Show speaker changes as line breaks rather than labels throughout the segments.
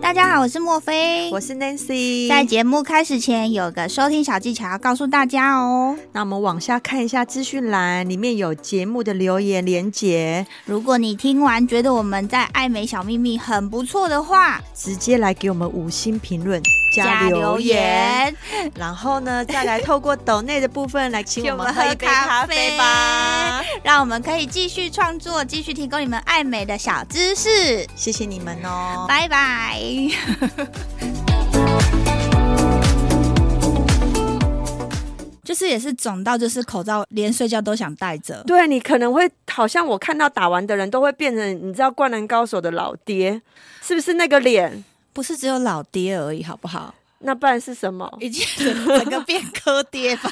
大家好，我是莫菲。
我是 Nancy。
在节目开始前，有个收听小技巧要告诉大家哦。
那我们往下看一下资讯栏，里面有节目的留言连结，
如果你听完觉得我们在爱美小秘密很不错的话，
直接来给我们五星评论留言，。然后呢，再来透过抖内的部分来请
请
我
我
们
们
喝
喝
一
一
杯
杯
咖
咖
啡
啡
吧。
让我们可以继续创作，继续提供你们爱美的小知识。
谢谢你们哦。
拜拜。 就是也是肿到，就是口罩连睡觉都想戴着。
对你可能会好像我看到打完的人都会变成你知道《灌篮高手》的老爹，是不是那个脸？
不是只有老爹而已，好不好？
那不然是什么？
已经整个变科爹吧。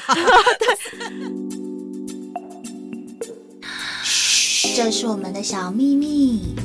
这是我们的小秘密。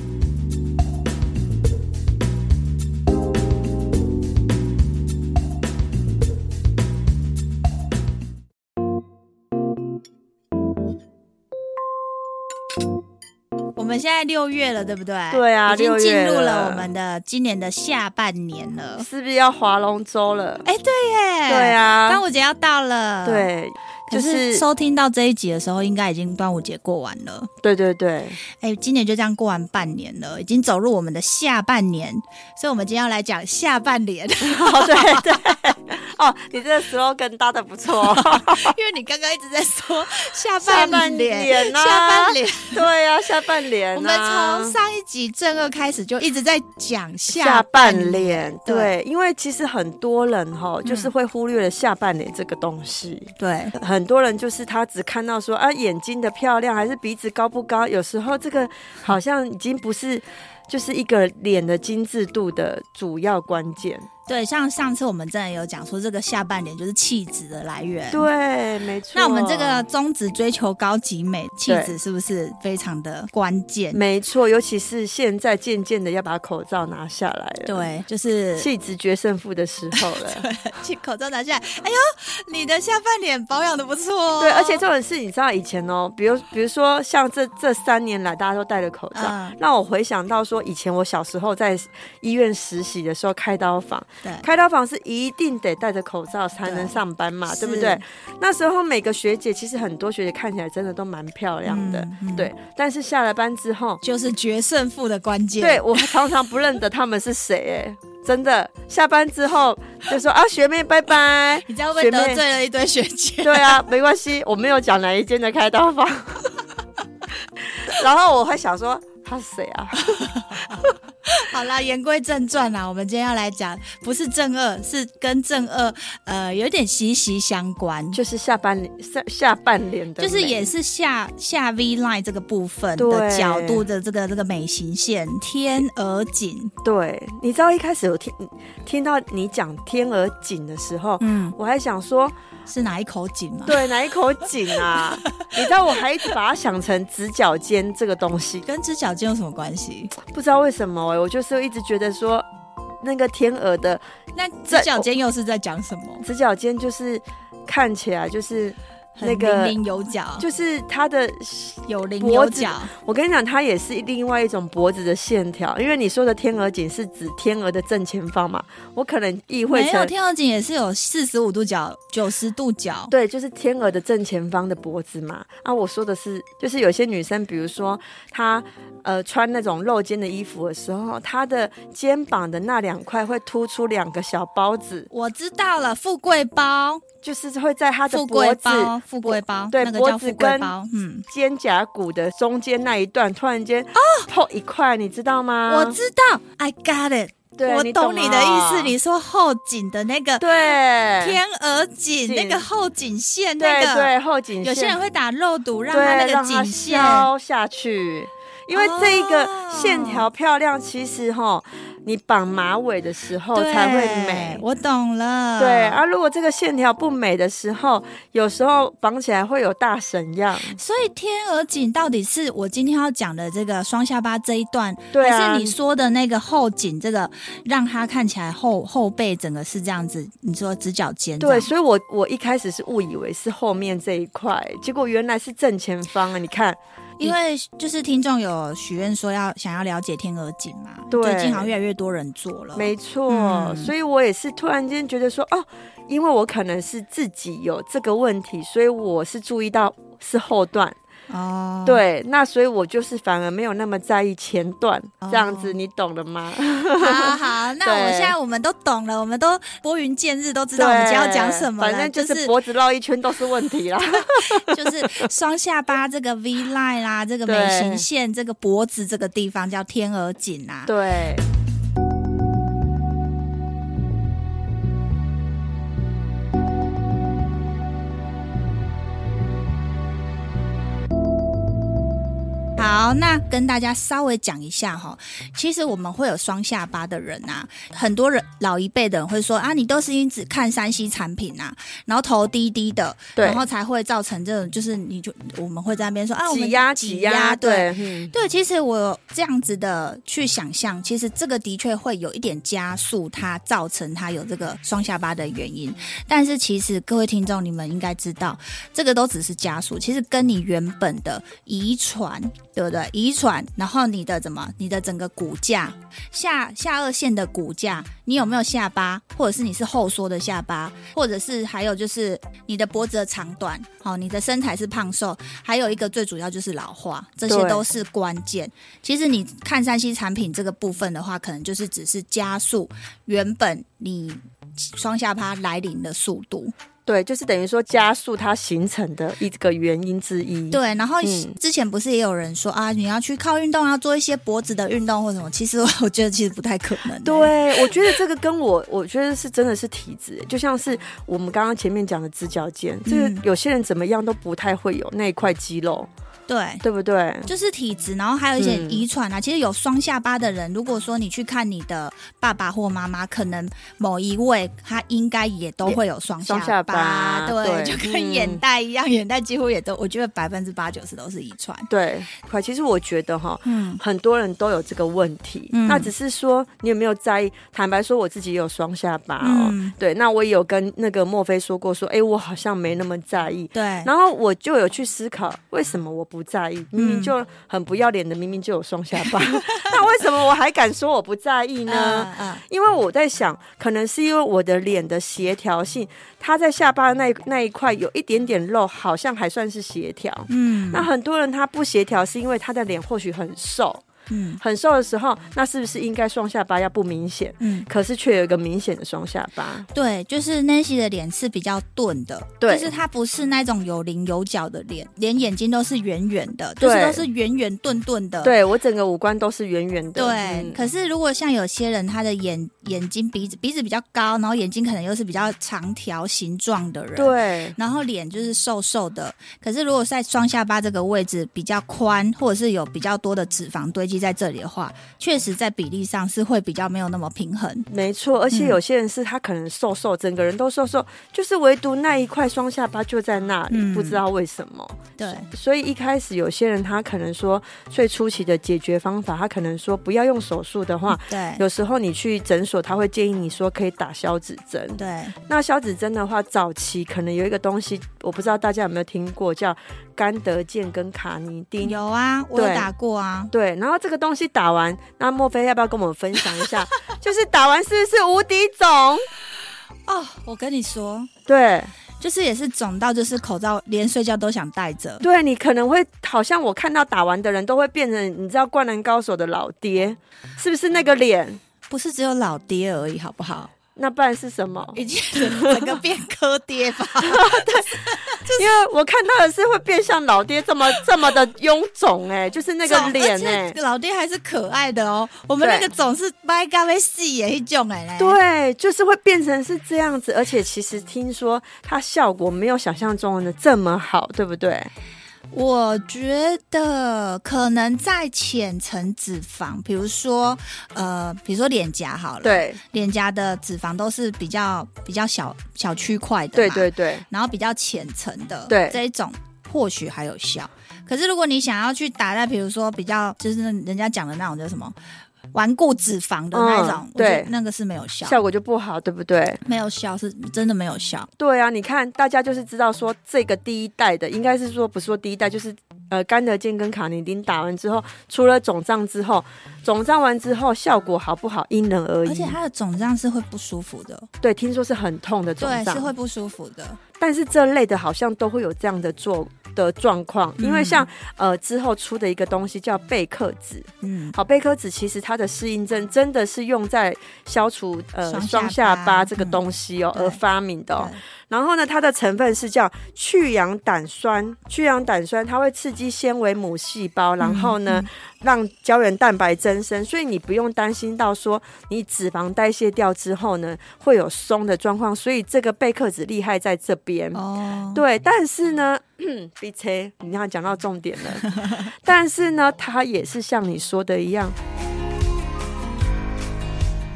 我们现在六月了，对不对？
对啊
已经
六月
进入
了
了我们的今年的下半年
嗯
了。
是不是要划龙舟了？
哎，对耶，
对，啊，
端午节要到了。，
对，
可
就是
是收听到这一集的时候，应该已经端午节过完了。
对对对，
哎、今年就这样过完半年了，已经走入我们的下半年，所以我们今天要来讲下半 年，因
哦对对，哦，你这个 slogan 搭的不错，哦
为你刚刚一直在说 下
下
半
半
年。
脸呐，
下半年，
对啊，下半脸、啊，
我们从上一集正二开始就一直在讲
下
下
半脸，
对嗯
对，因为其实很多人哈，就是会忽略了下半脸这个东西。
对
很多人就是他只看到说啊眼睛的漂亮还是鼻子高不高，有时候这个好像已经不是就是一个脸的精致度的主要关键。
对，像上次我们真的有讲说，这个下半年就是气质的来源。，
对，没错。
那我们这个宗旨追求高级美，气质是不是非常的关键？
没错，尤其是现在渐渐的要把口罩拿下来了，，
对，就是
气质决胜负的时候 了。
去口罩拿下来，哎呦，你的下半脸保养的不错哦。
对，而且这种事你知道以前哦，比如比如说像这这三年来大家都戴着口罩，
嗯
让我回想到说以前我小时候在医院实习的时候开刀房，
对
开刀房是一定得戴着口罩才能上班嘛，
对
对不
是
对？那时候每个学姐，其实很多学姐看起来真的都蛮漂亮的，
嗯嗯
对。但是下了班之后，
就是决胜负的关键。。
对我常常不认得他们是谁、哎，真的。下班之后就说啊，学妹拜拜
你这样会
学
不会得
妹
罪了一堆学姐？
对啊，没关系，我没有讲哪一间的开刀房。 然后我还想说他是谁啊？
好啦，言归正传啦，我们今天要来讲，不是正二，是跟正二呃有点息息相关，就
就是下半脸下下半脸的美，
是也是下下 V line 这个部分的
对
角度的这个这个美型线天鹅颈，
对，你知道一开始我听听到你讲天鹅颈的时候，
嗯，
我还想说，
是哪一口颈吗？，
对哪一口颈 啊？你知道，我还一直把它想成直角肩这个东西，
跟直角肩有什么关系？
不知道为什么哎、我就是一直觉得说，那个天鹅的
那直角肩又是在讲什么？
直角肩就是看起来就是
很
那个
零零有角，
就是它的，
有棱有
脖子
角，
我跟你讲，它也是另外一种脖子的线条，因为你说的天鹅颈是指天鹅的正前方嘛，我可能意会
没有
成。
天鹅颈也是有四十五度角、九十度角，
对，就是天鹅的正前方的脖子嘛。啊，我说的是，就是有些女生，比如说她呃穿那种露肩的衣服的时候，她的肩膀的那两块会突出两个小包子，
我知道了，富贵包、
就是会在她的
富
脖
贵
子。
包、富贵包，
对
那个
脖
叫
子
富贵
跟
包。嗯，
肩胛骨的中间那一段，突然间破一块，你知道吗？
哦我知道，I got it，
啊对
我
你
懂你的意思。
了
你说后颈的那个
对
天鹅颈，
颈
那个后颈线，那
对
个
对后颈线，
有些人会打肉毒，让
对，
它那个
让
颈
它
线。
消下去。因为这一个
哦
线条漂亮，其实哈，你绑马尾的时候
对
才会美。
我懂了。
对，啊，如果这个线条不美的时候，有时候绑起来会有大神样。
所以天鹅颈到底是我今天要讲的这个双下巴这一段，
对啊
还是你说的那个后颈这个，让它看起来后后背整个是这样子？你说直角肩这
对，
样？
所以我我一开始是误以为是后面这一块，结果原来是正前方啊！你看，
因为就是听众有许愿说要想要了解天鹅颈嘛，
对
最近好像越来越多人做了，
没错，
嗯
所以我也是突然间觉得说，哦，因为我可能是自己有这个问题，所以我是注意到是后段，
哦，，
对，那所以我就是反而没有那么在意前段，
哦
这样子你懂了吗？
好好，那我
对
现在我们都懂了，我们都拨云见日， 都知道我们今天要讲什么了，
反正
就
就是脖子绕一圈都是问 题啦。
就是双下巴这个 V line 啦、这个眉形线、这个脖子这个地方叫天鹅颈啊。
对，
好，那跟大家稍微讲一下哈，其实我们会有双下巴的人啊，很多人老一辈的人会说啊，你都是因为只看山西产品啊，然后头低低的，
对
然后才会造成这种，就是你就我们会在那边说啊，我们
挤压挤压，
对。
对，嗯
对，其实我有这样子的去想象，其实这个的确会有一点加速它造成它有这个双下巴的原因。但是其实各位听众，你们应该知道，这个都只是加速，其实跟你原本的遗传，对不对？遗传，然后你的怎么，你的整个骨架下下颚线的骨架，你有没有下巴，或者是你是后缩的下巴，或者是还有就是你的脖子的长短，好、你的身材是胖瘦，还有一个最主要就是老化，这些
对
都是关键。其实你看山西产品这个部分的话，可能就是只是加速原本你双下巴来临的速度。
对，就是等于说加速它形成的一个原因之一。
对，然后
嗯
之前不是也有人说、啊，你要去靠运动，要做一些脖子的运动或什么？其实我我觉得其实不太可能欸、
对，我觉得这个跟我， 我觉得是真的是体质，就像是我们刚刚前面讲的直角肩，这个
嗯
有些人怎么样都不太会有那一块肌肉，
对，
对不对？
就是体质，然后还有一些
嗯
遗传啊。其实有双下巴的人，如果说你去看你的爸爸或妈妈，可能某一位他应该也都会有双
双下巴
对，
对
就跟
嗯
眼袋一样，眼袋几乎也都，我觉得百分之八九十都是遗传。
对，快，其实我觉得哈，
嗯，
很多人都有这个问题，
嗯
那只是说你有没有在意？坦白说，我自己也有双下巴哦。
嗯，
对，那我也有跟那个墨菲说过说，哎、我好像没那么在意。
对，
然后我就有去思考，为什么我不在
嗯
意？明明就很不要脸的，明明就有双下 巴， 那为什么我还敢说我不在意呢？
嗯嗯
因为我在想，可能是因为我的脸的协调性，它在下巴那一那一块有一点点肉，好像还算是协调。
嗯
那很多人他不协调，是因为他的脸或许很瘦，
嗯
很瘦的时候，那是不是应该双下巴要不明显？
嗯，
可是却有一个明显的双下巴，
对，就是 Nancy 的脸是比较钝的，
对
就是她不是那种有棱有角的脸，连眼睛都是圆圆的，就是
对
都是圆圆钝钝的，
对我整个五官都是圆圆的。
对。
嗯
可是如果像有些人，他的眼眼睛鼻子鼻子比较高，然后眼睛可能又是比较长条形状的人，。
对
然后脸就是瘦瘦的，可是如果在双下巴这个位置比较宽，或者是有比较多的脂肪堆积在这里的话，确实在比例上是会比较没有那么平衡。
没错，而且有
嗯
些人是他可能瘦瘦，整个人都瘦瘦，就是唯独那一块双下巴就在那里，
嗯
不知道为什么。
对，
所以一开始有些人他可能说最初期的解决方法，他可能说不要用手术的话，
对，
有时候你去诊所他会建议你说可以打消脂针。
对，
那消脂针的话，早期可能有一个东西，我不知道大家有没有听过，叫甘德健跟卡尼丁。
有啊，我有
对
打过啊。
对，然后这个东西打完，那莫非要不要跟我们分享一下？ 就是打完是不是无敌肿？
哦，我跟你说，
对，
就是也是肿到，就是口罩连睡觉都想戴着。
对你可能会好像我看到打完的人都会变成你知道《灌篮高手》的老爹，是不是那个脸？
不是只有老爹而已，好不好？
那不然是什么？
已经整个 变科爹吧？
因为我看到的是会变像老爹这么这么的臃肿 哎、就是那个脸哎、
而且老爹还是可爱的哦。我们那
对
个总是掰咖啡细耶，一种哎嘞。
对，就是会变成是这样子，而且其实听说它效果没有想象中的这么好，对不对？
我觉得可能在浅层脂肪，比如说呃，比如说脸颊好了，
对，
脸颊的脂肪都是比较比较小小区块的，
对对，对，
然后比较浅层的，
对
这一种或许还有效。可是如果你想要去打在，比如说比较就是人家讲的那种叫什么顽固脂肪的那一种，
嗯
我觉得
对
那个是没有效，
效果就不好，对不对？
没有效是真的没有效。
对啊，你看大家就是知道说这个第一代的，应该是说不是说第一代，就是呃甘德健跟卡尼丁打完之后，除了肿胀之后，肿胀完之后效果好不好因人而异。
而且它的肿胀是会不舒服的，
对，听说是很痛的肿
对，是
胀，
会不舒服的。
但是这类的好像都会有这样的做的状况，因
嗯
为像呃之后出的一个东西叫贝克子，
嗯，
好，贝克子其实它的适应症真的是用在消除呃
双下巴
双下巴这个东西哦、
嗯对
而发明的、哦
对。
然后呢，它的成分是叫去氧胆酸，去氧胆酸它会刺激纤维母细胞，
嗯
然后呢、让胶原蛋白增生，所以你不用担心到说你脂肪代谢掉之后呢会有松的状况。所以这个贝克子厉害在这边。
哦，
对，但是呢，B C，你看讲到重点了。 但是呢，它也是像你说的一样，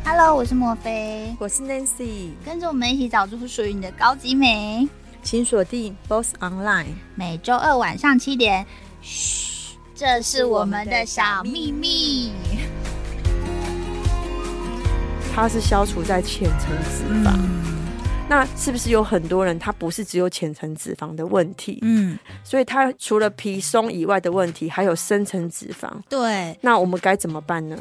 Hello，我是莫菲，
我是 Nancy，
跟着我们一起找出属于你的高级美。
请锁定 Boss Online。
每周二晚上七点，嘘，这是我们的小秘密。
它是消除在浅层脂肪。那是不是有很多人他不是只有浅层脂肪的问题？
嗯，
所以他除了皮松以外的问题，还有深层脂肪。
对，
那我们该怎么办呢？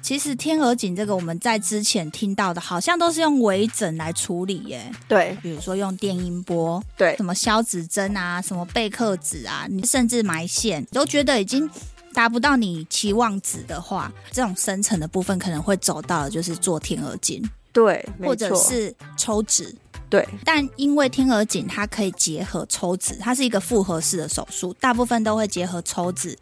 其实天鹅颈这个我们在之前听到的，好像都是用微整来处理耶，
对
比如说用电音波，
对
什么消脂针啊，什么贝克脂啊，你甚至埋线，都觉得已经达不到你期望值的话，这种深层的部分可能会走到的就是做天鹅颈，
对，没
或者
错，
是抽脂。
对
但因为天鹅颈它可以结合抽脂，它是一个复合式的手术，大部分都会结合抽脂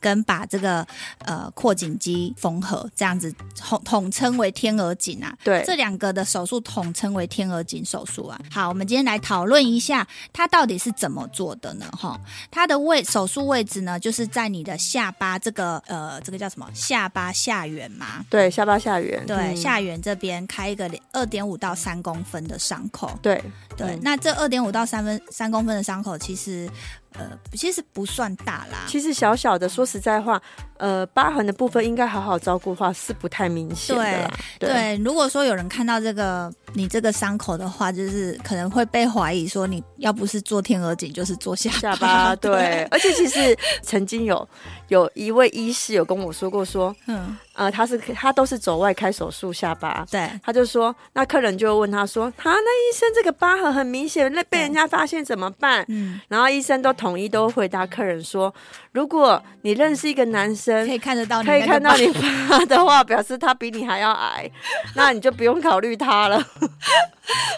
跟把这个呃扩颈肌缝合，这样子统统称为天鹅颈啊。
对
这两个的手术统称为天鹅颈手术啊。好，我们今天来讨论一下它到底是怎么做的呢？哈，它的位手术位置呢，就是在你的下巴这个呃这个叫什么下巴下缘嘛。
对，下巴下缘，
对，
嗯
下缘这边开一个二点五到三公分的伤口，
对
对，
嗯
那这二点五到三分三公分的伤口，其实呃，其实不算大啦。
其实小小的，说实在话，呃，疤痕的部分应该好好照顾的话是不太明显的啦。
对，如果说有人看到这个你这个伤口的话，就是可能会被怀疑说你要不是做天鹅颈，就是做下巴。
下 巴对，
对，
而且其实曾经有有一位医师有跟我说过说，
嗯，
呃，他是他都是走外开手术下巴，
对，
他就说，那客人就会问他说，啊，那医生这个疤痕很明显，那被人家发现怎么办？
嗯，
然后医生都统一都回答客人说，如果你认识一个男
可
生。
以看得哦到你
呃可
那
以
个
看到
疤
你疤的话，表示他比你还要矮，那你就不用考虑他了。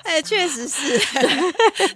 哎，确实是，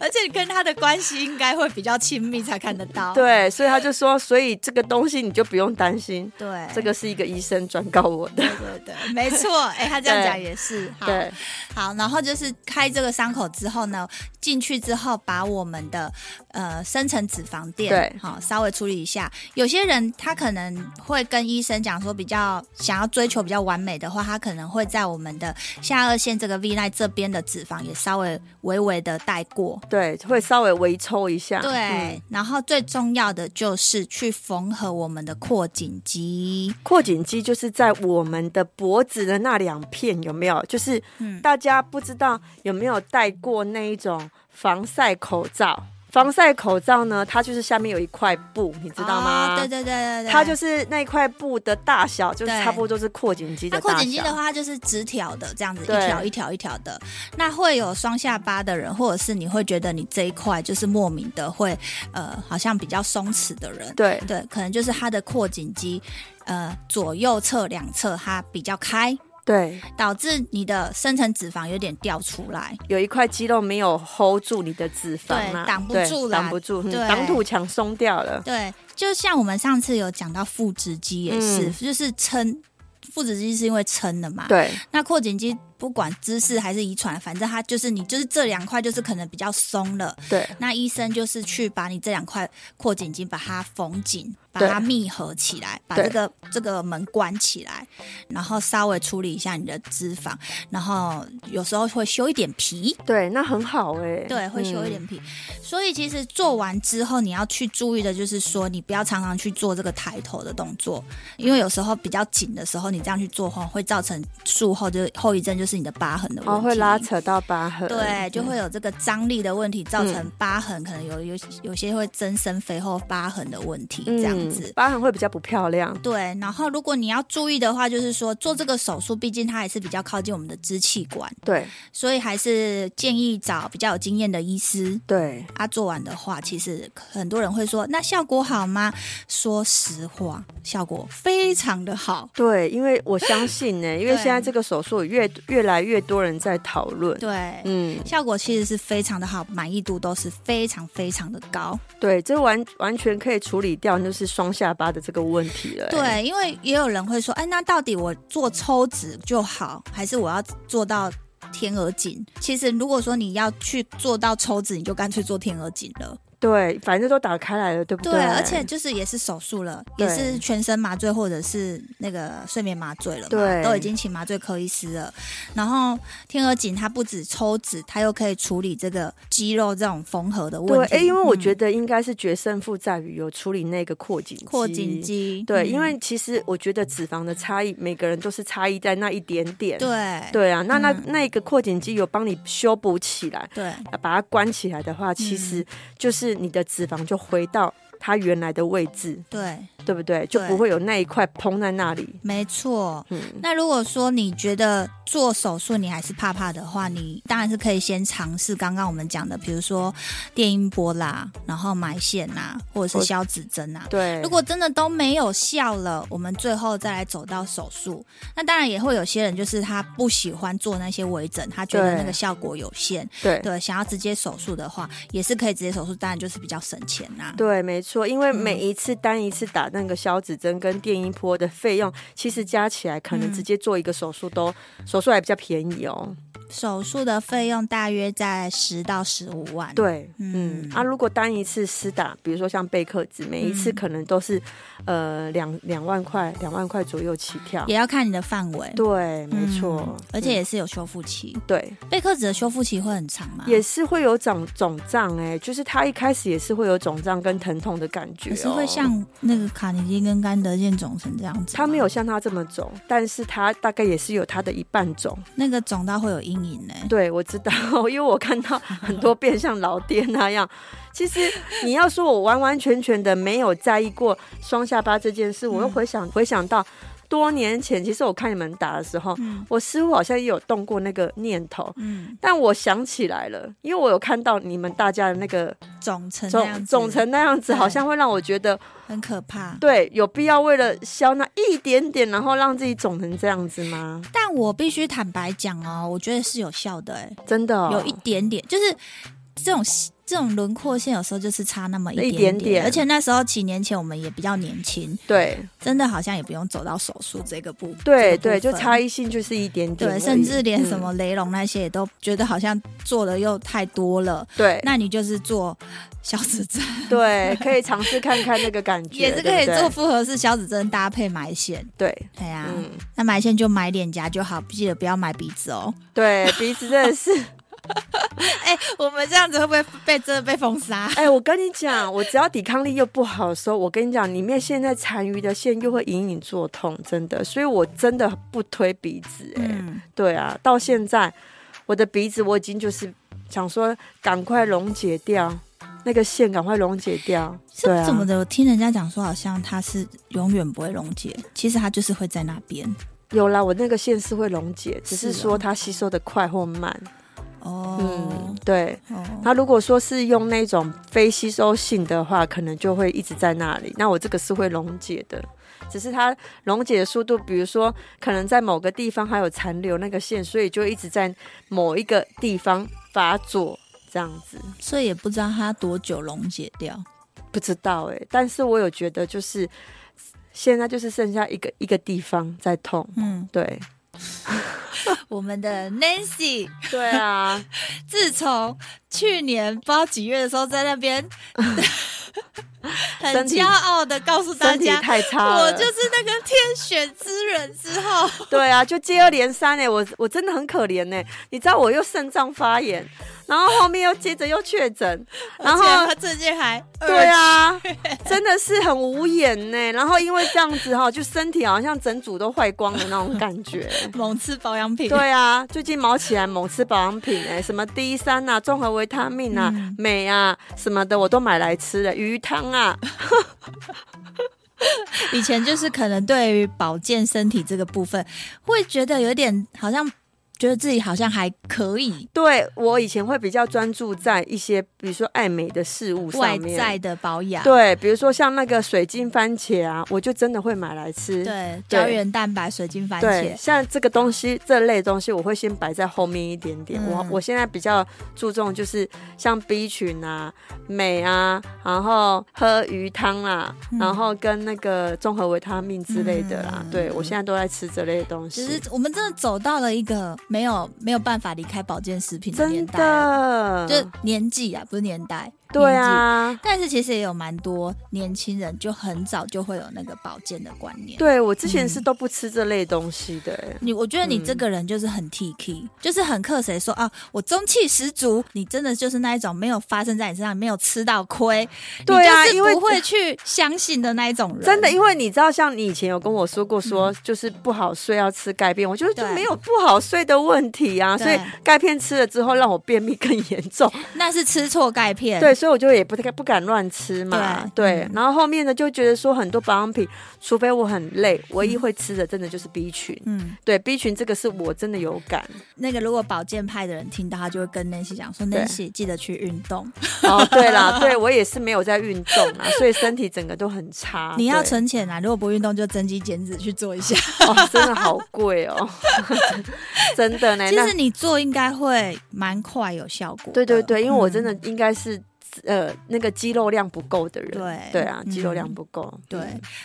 而且跟他的关系应该会比较亲密才看得到。
对，所以他就说，所以这个东西你就不用担心，
对，
这个是一个医生转告我的。
对对对，没错。哎，他这样
对
讲也是。好
对
好，然后就是开这个伤口之后呢，进去之后把我们的呃深层脂肪垫
对
好、稍微处理一下。有些人他可能会跟医生讲说，比较想要追求比较完美的话，他可能会在我们的下颚线这个 V line 这边的脂肪也稍微微微的带过。
对，会稍微微抽一下。
对，
嗯
然后最重要的就是去缝合我们的扩颈肌。
扩颈肌就是在我们的脖子的那两片，有没有？就是
嗯
大家不知道有没有戴过那一种防晒口罩？防晒口罩呢，它就是下面有一块布，你知道吗？
哦对对对对对，
它就是那一块布的大小，就是
对
差不多就是扩颈肌
它
的
扩
大
颈肌的
小。
话，它就是直条的这样子，一
对
条一条一条的。那会有双下巴的人，或者是你会觉得你这一块就是莫名的会呃，好像比较松弛的人，
对
对，可能就是他的扩颈肌呃左右侧两侧它比较开，
对，
导致你的深层脂肪有点掉出来。
有一块肌肉没有 hold 住你的脂肪嘛，
对挡不
对
住啦
挡不住，嗯
对
挡土墙松掉了。
对，就像我们上次有讲到腹直肌也是，
嗯
就是撑腹直肌是因为撑的嘛，
对
那扩颈肌不管姿势还是遗传，反正它就是你就是这两块就是可能比较松了。
对
那医生就是去把你这两块扩颈肌把它缝紧，把
对
它密合起来，把
对
这个这个门关起来，然后稍微处理一下你的脂肪，然后有时候会修一点皮。
对，那很好哎。
对，会修一点
嗯。
皮，所以其实做完之后，你要去注意的就是说，你不要常常去做这个抬头的动作，因为有时候比较紧的时候，你这样去做的话，会造成术后就是后遗症，就就是你的疤痕的问题，
哦，会拉扯到疤痕，
对，就会有这个张力的问题，造
嗯
成疤痕，可能有有有些会增生肥厚疤痕的问题，这样子。
嗯疤痕会比较不漂亮。
对，然后如果你要注意的话，就是说做这个手术，毕竟它还是比较靠近我们的支气管，
对
所以还是建议找比较有经验的医师。
对，
啊，做完的话，其实很多人会说，那效果好吗？说实话，效果非常的好。
对，因为我相信欸呢、因为
对
现在这个手术越越来越多人在讨论。
对，
嗯，
效果其实是非常的好，满意度都是非常非常的高。
对，这完完全可以处理掉，就是双下巴的这个问题了、欸。
对，因为也有人会说，哎，那到底我做抽脂就好，还是我要做到？天鹅颈，其实如果说你要去做到抽脂，你就干脆做天鹅颈了。
对，反正都打开来了，对不
对，
对，
而且就是也是手术了，
对
也是全身麻醉或者是那个睡眠麻醉了嘛，
对
都已经请麻醉科医师了。然后天鹅颈它不止抽脂，它又可以处理这个肌肉这种缝合的
对，
问题。
哎、因为我觉
嗯
得应该是决胜负在于有处理那个扩颈肌
扩颈。肌，嗯
对，因为其实我觉得脂肪的差异，每个人都是差异在那一点点。
对
对啊，那那、
嗯
那个扩颈肌有帮你修补起来，
对
把它关起来的话，其
嗯
实就是你的脂肪就回到它原来的位置，
对，
对不对？就
对
不会有那一块膨在那里。
没错。
嗯，
那如果说你觉得做手术你还是怕怕的话，你当然是可以先尝试刚刚我们讲的，比如说电音波啦，然后埋线啦，或者
或
是消脂针啊。
对。
如果真的都没有效了，我们最后再来走到手术。那当然也会有些人就是他不喜欢做那些微整，他觉得
对
那个效果有限，
对
对，想要直接手术的话，也是可以直接手术，当然就是比较省钱啊呐、
对，没错，因
嗯
为每一次单一次打那个消脂针跟电音波的费用，其实加起来可能
嗯
直接做一个手术都、手术还比较便宜哦。
手术的费用大约在十到十五万。
对，嗯
嗯
啊，如果单一次施打，比如说像贝克子，每一次
嗯
可能都是、呃两两万块，两万块左右起跳。
也要看你的范围。
对，没
嗯
错、
而且
嗯
也是有修复期。
对，
贝克子的修复期会很长吗？
也是会有长肿胀哎、就是他一开始也是会有肿胀跟疼痛的感觉、哦，
可是会像那个卡尼基跟甘德健肿成这样子吗，
他没有像他这么肿，但是他大概也是有他的一半肿。
那个肿到会有阴影呢、
对，我知道，因为我看到很 多变像老爹那样。其实你要说我完完全全的没有在意过双下巴这件事，我
嗯
又回想、回想到多年前，其实我看你们打的时候，
嗯
我似乎好像也有动过那个念头。
嗯，
但我想起来了，因为我有看到你们大家的那个
肿成这样
肿
子，
肿成那样子，
对嗯
好像会让我觉得，
很可怕。
对，有必要为了消那一点点，然后让自己肿成这样子吗？
但我必须坦白讲哦，我觉得是有效的、欸，
真的哦、
有一点点，就是这种这种轮廓线有时候就是差那么一
一
点
点点
而且那时候几年前我们也比较年轻，
对
真的好像也不用走到手术这个步，这
对
个
对，
部
就
分
差异性就是一点点而
对，
已，
甚至连
嗯
什么雷龙那些也都觉得好像做的又太多了，
对，
那你就是做消脂针，
对，可以尝试看看那个感觉，
也是可
对
以
不对
做啊复合式消脂针搭配埋线。
对，
对呀、
嗯，
那埋线就埋脸颊就好，记得不要埋鼻子哦。
对，鼻子真 的是，
哎、 我们这样子会不会被真的被封杀？
哎，我跟你讲，我只要抵抗力又不好的时候，我跟你讲，里面现在残余的线又会隐隐作痛，真的，所以我真的不推鼻子，哎、
嗯，
对啊，到现在我的鼻子我已经就是想说，赶快溶解掉那个线，赶快溶解掉，
是
对啊
怎，么的？我听人家讲说，好像它是永远不会溶解，其实它就是会在那边。
有啦，我那个线是会溶解，只是
是啊
说它吸收的快或慢，
哦
嗯，，对。
哦，
那如果说是用那种非吸收性的话，可能就会一直在那里。那我这个是会溶解的，只是它溶解的速度，比如说可能在某个地方还有残留那个线，所以就一直在某一个地方发作这样子。
所以也不知道它多久溶解掉。
不知道哎、但是我有觉得就是现在就是剩下一个一个地方在痛。
嗯，
对，
我们的 Nancy
对啊，
自从去年不知道几月的时候在那边很
身体
骄傲的告诉 大
身体
家，
太差了，
我就是那个天选之人之后，
对啊，就接二连三哎、我我真的很可怜哎、你知道我又肾脏发炎，然后后面又接着又确 诊，然后
而且他最近还
对啊，真的是很无言呢、然后因为这样子哈、就身体好像整组都坏光的那种感 觉。
猛吃保养品，
对啊，最近毛起来猛吃保养品哎、什么 D 三啊、综合维他命啊、
嗯
镁啊什么的，我都买来吃了。鱼汤啊，
以前就是可能对于保健身体这个部分，会觉得有点好像觉得自己好像还可以
对我以前会比较专注在一些，比如说爱美的事物上
外
面。
在的保养，
对，比如说像那个水晶番茄啊，我就真的会买来
对
吃。对
胶原蛋白、水晶番
对，
茄，
像这个东西这类东西，我会先摆在后面一点点。我
嗯
我现在比较注重就是像 B 群啊、镁啊，然后喝鱼汤啦、然后跟那个综合维他命之类的啦。
嗯
对我现在都在吃这类东西。
只是我们真的走到了一个没有没有办法离开保健食品的
真
年代了，
的，
就年纪啊，不是年代，
对
年纪。
啊。
但是其实也有蛮多年轻人就很早就会有那个保健的观念。
对，我之前是都不吃这类东西的、欸
你我觉得你这个人就是很 T K，、就是很克谁说啊，我中气十足，你真的就是那一种没有发生在你身上，没有吃到亏，
对啊
你
因
就是
为
不会去相信的那一种人，
真的，因为你知道，像你以前有跟我说过说，就是不好睡要吃钙片，我觉得就
嗯对
没有不好睡的问题啊，
对
所以钙片吃了之后让我便秘更严 重，
那是吃错钙片，
对，所以我就也不太不敢乱吃嘛，
对
对
嗯。
然后后面呢，就觉得说很多保养品，除非我很累，唯一会吃的真的就是 B 群，
嗯，
对 B 群这个是我真的有感
那个如果保健派的人听到，他就会跟 Nancy 讲说
对
，Nancy 记得去运动，
哦，对 啦，对我也是没有在运动啊，所以身体整个都很差。
你要
对
存钱啊，如果不运动就增肌减脂去做一下。
哦，真的好贵哦， 真的呢，
其
哎那
实你做应该会蛮快有效果的，
对对对，因为我真
嗯
的应该是、呃那个肌肉量不够的人，
对
啊，
嗯
肌肉量不够，嗯
对。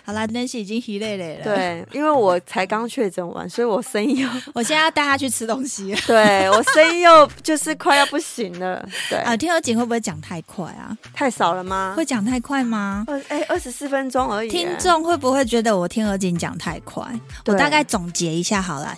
好啦，Nancy 已经疲累累了，，
对，因为我才刚确诊完，所以我 声音又
我现在要带他去吃东西了。
对我声音又就是快要不行了，对，
啊，天鹅颈会不会讲太快啊？
太少了吗？
会讲太快吗？
二哎二十四分钟而已，
听众会不会觉得我天鹅颈讲太快？我
对
大概总结一下好了。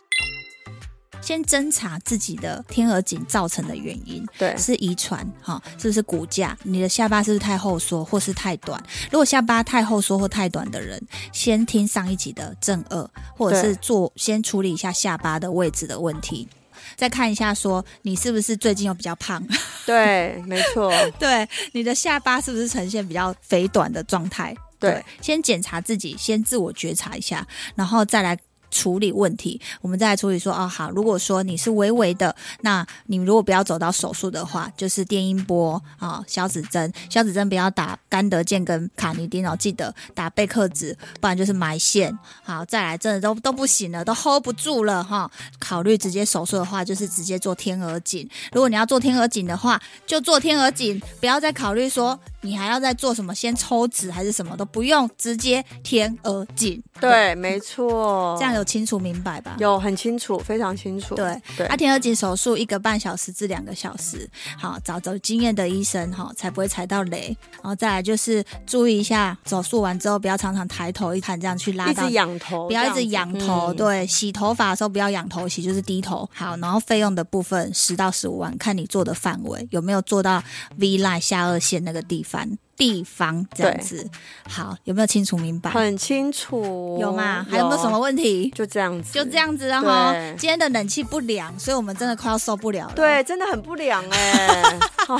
先侦查自己的天鹅颈造成的原因
对
是遗传哈、是不是骨架？你的下巴是不是太后缩或是太短？如果下巴太后缩或太短的人，先听上一集的正二，或者是做先处理一下下巴的位置的问题，再看一下说你是不是最近又比较胖，
对，没 错，
对，你的下巴是不是呈现比较肥短的状态？
对，
先检查自己，先自我觉察一下，然后再来。处理问题，我们再来处理说哦好，如果说你是微微的，那你如果不要走到手术的话，就是电音波啊、小指针，小指针不要打甘德健跟卡尼丁哦，记得打贝克子，不然就是埋线。好，再来真的都都不行了，都 hold 不住了哈。考虑直接手术的话，就是直接做天鹅颈。如果你要做天鹅颈的话，就做天鹅颈，不要再考虑说你还要再做什么，先抽脂还是什么都不用，直接天鹅颈。
对，没错，
这样有清楚明白吧？
有很清楚，非常清楚，
对
对、
啊，天鹅颈手术一个半小时至两个小时，好找找经验的医生哈，才不会踩到雷。然后再来就是注意一下，手术完之后不要常常抬头一看，这样去拉
一
到
直仰头
不
哦这
要
样
一
子，
直仰头，
嗯，
对，洗头发的时候不要仰头洗，就是低头。好，然后费用的部分十到十五万，看你做的范围有没有做到 V line 下颚线那个地方地方这样
对
子。好，有没有清楚明白？
很清楚，
有吗？还有没有什么？问题？
就这样子，
就这样子了哈
对。
今天的冷气不良，所以我们真的快要受不了了。，
对，真的很不良哎、 哦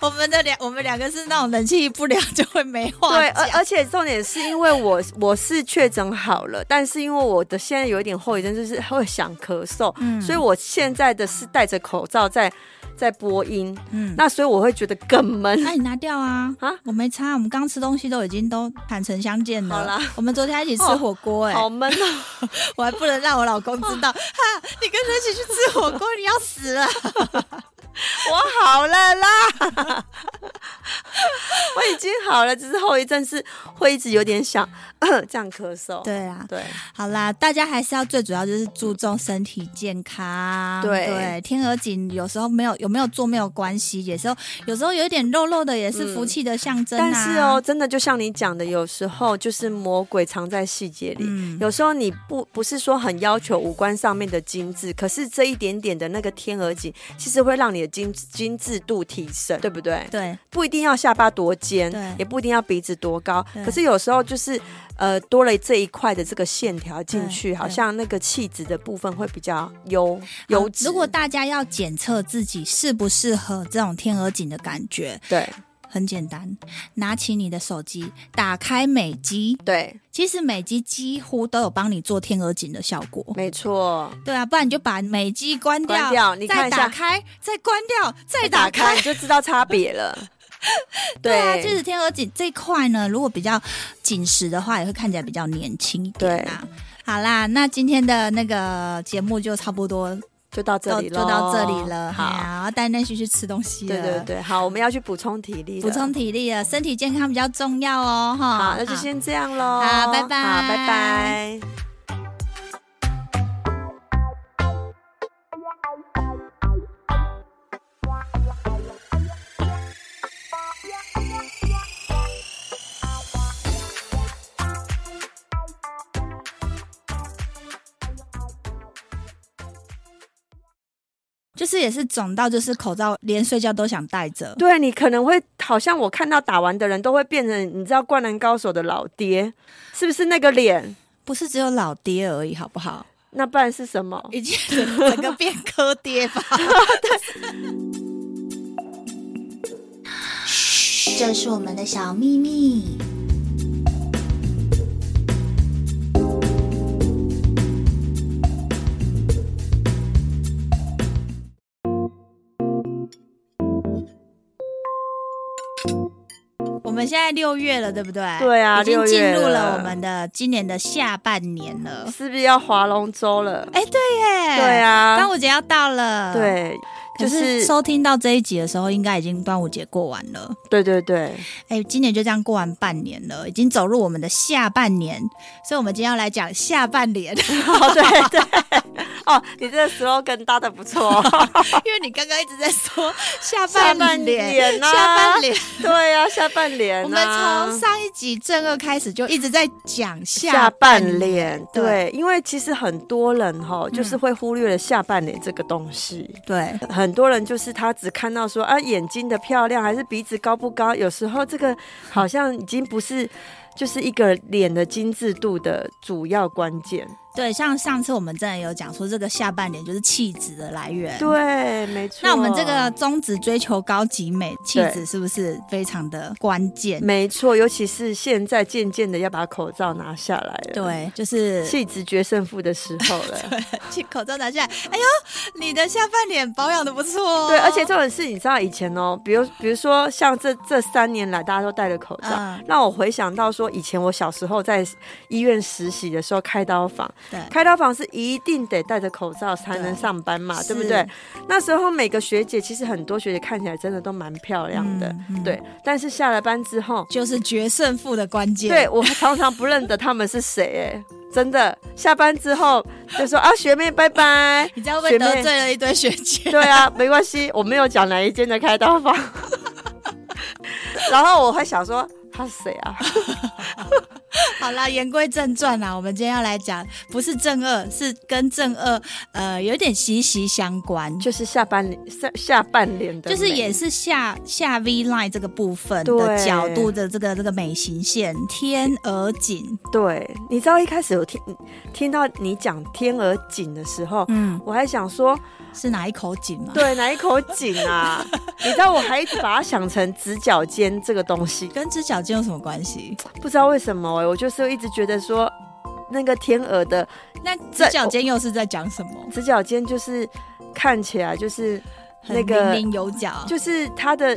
我们的两我们两个是那种冷气不良就会没话
对，呃而
讲。
而且重点是因为我我是确诊好了，但是因为我的现在有一点后遗症，就是会想咳嗽，
嗯
所以我现在的是戴着口罩在在播音，
嗯
那所以我会觉得更闷。
那你拿掉啊！
啊
我没差，我们刚吃东西都已经都坦诚相见了。
好啦，
我们昨天一起吃
哦
火锅、哎、
好闷 哦！
我还不能让我老公知道， 哈，你跟他一起去吃火锅，你要死了。
我好了啦， 我已经好了，只是后遗症是会一直有点想呃这样咳嗽。
对啊，
对，
好啦，大家还是要最主要就是注重身体健康。
对
天鹅颈有时候没有有没有做没有关系，有时候有时候有一点肉肉的也是福气的象征、啊
嗯但是哦，，真的就像你讲的，有时候就是魔鬼藏在细节里。
嗯，
有时候你不不是说很要求五官上面的精致，可是这一点点的那个天鹅颈，其实会让你的精精致度提升，对不对？
对
不一定要下巴多尖
对，
也不一定要鼻子多高，
对
可是有时候就是呃多了这一块的这个线条进
对
去，
对
好像那个气质的部分会比较优优质。
如果大家要检测自己适不适合这种天鹅颈的感觉，
对
很简单，拿起你的手机，打开美肌。
对，
其实美肌几乎都有帮你做天鹅颈的效果。
没错，
对啊，不然你就把美肌关掉，
关掉你看
再
一下
打开，再关掉，再打
打
开。
开你就知道差别了。
对啊，就是天鹅颈这一块呢，如果比较紧实的话，也会看起来比较年轻一点啊。好啦，那今天的那个节目就差不多
就到这
到
里
就
了，
到这里了。哎
好，
呀，要带内需去吃东西
对
了。
对，对，好，我们要去补充体力了，
补充体力了，身体健康比较重要哦。哈，
好，那就先这样喽。
好拜拜
好，拜拜。
就是也是肿到，就是口罩连睡觉都想戴着。
对啊你可能会，好像我看到打完的人都会变成，你知道《灌篮高手》的老爹，是不是那个脸？
不是只有老爹而已，好不好？
那不然是什么？
已经整个变科爹 吧。
这是我们的小秘密。
我们现在六月了，对不对？
对啊
已经
六
进
月
入了
了
我们的今年的下半年了。
是不是要划龙舟了？
哎，对耶，
对，啊，
端午节要到了。，
对，
可
就是是
收听到这一集的时候，应该已经端午节过完了。
对对对，
哎，今年就这样过完半年了，已经走入我们的下半年，所以我们今天要来讲下半年，
哦对 对，哦，你这个 slogan 搭的不错，哦
因为你刚刚一直在说下
下
半
半
年，
年呐，啊
下半年。
对啊，下半年啊，
我们从上一集正二开始就一直在讲
下半脸，
对
对，因为其实很多人哈，就是
嗯
会忽略了下半脸这个东西。
对
很多人就是他只看到说啊，眼睛的漂亮还是鼻子高不高，有时候这个好像已经不是就是一个脸的精致度的主要关键。
对，像上次我们真的有讲说，这个下半年就是气质的来源。。
对，没错。
那我们这个宗旨追求高级美，气
对
质是不是非常的关键？
没错，尤其是现在渐渐的要把口罩拿下来了，，
对，就是
气质决胜负的时候了。
去口罩拿下来，哎呦，你的下半脸保养的不错、哦。
对，而且重点是，你知道以前哦，比如比如说像这这三年来，大家都戴着口罩，
嗯
让我回想到说，以前我小时候在医院实习的时候，开刀房，
对
开刀房是一定得戴着口罩才能上班嘛，
是
对不对？那时候每个学姐，其实很多学姐看起来真的都蛮漂亮的，
嗯嗯
对。但是下了班之后，
就是决胜负的关键。。
对我常常不认得他们是谁、哎，真的。下班之后就说啊，学妹拜拜
你这样会不会
学妹
得罪了一堆学姐。
对啊，没关系，我没有讲哪一间的开刀房。然后我会想说他是谁啊？
好啦，言归正传啦，我们今天要来讲，不是正二，是跟正二呃有点息息相关。
就是下半脸下下半脸的
就
美，
是也是下下 V line 这个部分的
对
角度的这个这个美型线天鹅颈，
对。你知道一开始我听听到你讲天鹅颈的时候，
嗯，
我还想说，
是哪一口颈嘛？，
对哪一口井啊？ 你知道，我还一直把它想成直角尖这个东西，
跟直角肩有什么关系？
不知道为什么哎、我就是一直觉得说，那个天鹅的
那直角肩又是在讲什么？
直角尖就是看起来就是
很
那个
零零有角，
就是它的，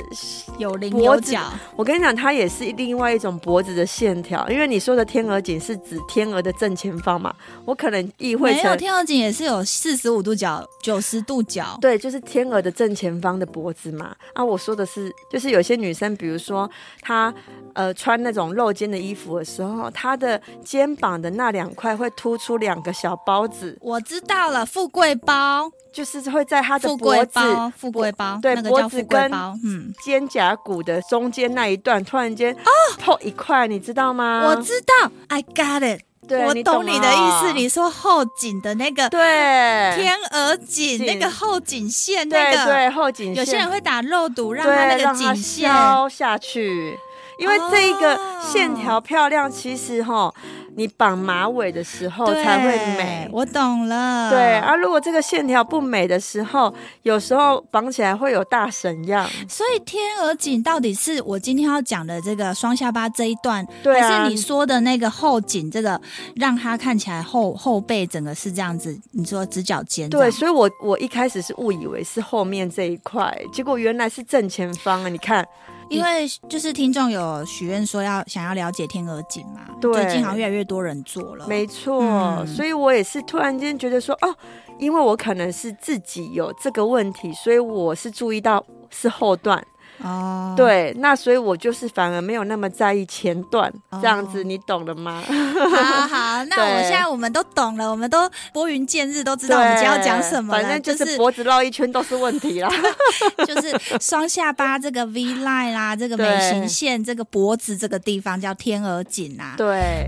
有零
脖
有
子
角，
我跟你讲，它也是另外一种脖子的线条，因为你说的天鹅颈是指天鹅的正前方嘛，我可能意会
没有
成
天鹅颈也是有四十五度角、九十度角，
对，就是天鹅的正前方的脖子嘛。啊，我说的是，就是有些女生，比如说她呃穿那种露肩的衣服的时候，她的肩膀的那两块会突出两个小包子，
我知道了，富贵包、
就是会在她的
富
脖
贵
子。
包、富贵包，
对
那个
脖
叫
子
富贵
跟
包。嗯，
肩胛骨的中间那一段，突然间透一块，你知道吗？
哦我知道，I got it，
啊对
我懂你的意思。
了
你说后颈的那个
对
天鹅颈，
颈
那个后颈线，那
对
个
对后颈线，
有些人会打肉毒，让
对
它那个
让
颈
它
线。
消下去。因为这一个
哦
线条漂亮，其实哈，你绑马尾的时候
对
才会美。
我懂了。
对，啊，如果这个线条不美的时候，有时候绑起来会有大神样。
所以天鹅颈到底是我今天要讲的这个双下巴这一段，
对啊
还是你说的那个后颈这个，让它看起来后后背整个是这样子？你说直角肩这
对，
样？
所以我我一开始是误以为是后面这一块，结果原来是正前方啊！你看，
因为就是听众有许愿说要想要了解天鹅颈嘛，
对
最近好像越来越多人做了。
没错，
嗯
所以我也是突然间觉得说，哦，因为我可能是自己有这个问题，所以我是注意到是后段，
哦，，
对，那所以我就是反而没有那么在意前段，这样
哦
子你懂了吗？
好好，那我
对
们现在我们都懂了，我们都拨云见日，都知 道我们今天要讲什么了。
对反正
就
就是脖子绕一圈都是问 题啦。
就是双下巴这个 V line 啦、这个
对
美型线、这个脖子这个地方叫天鹅颈啊。
对，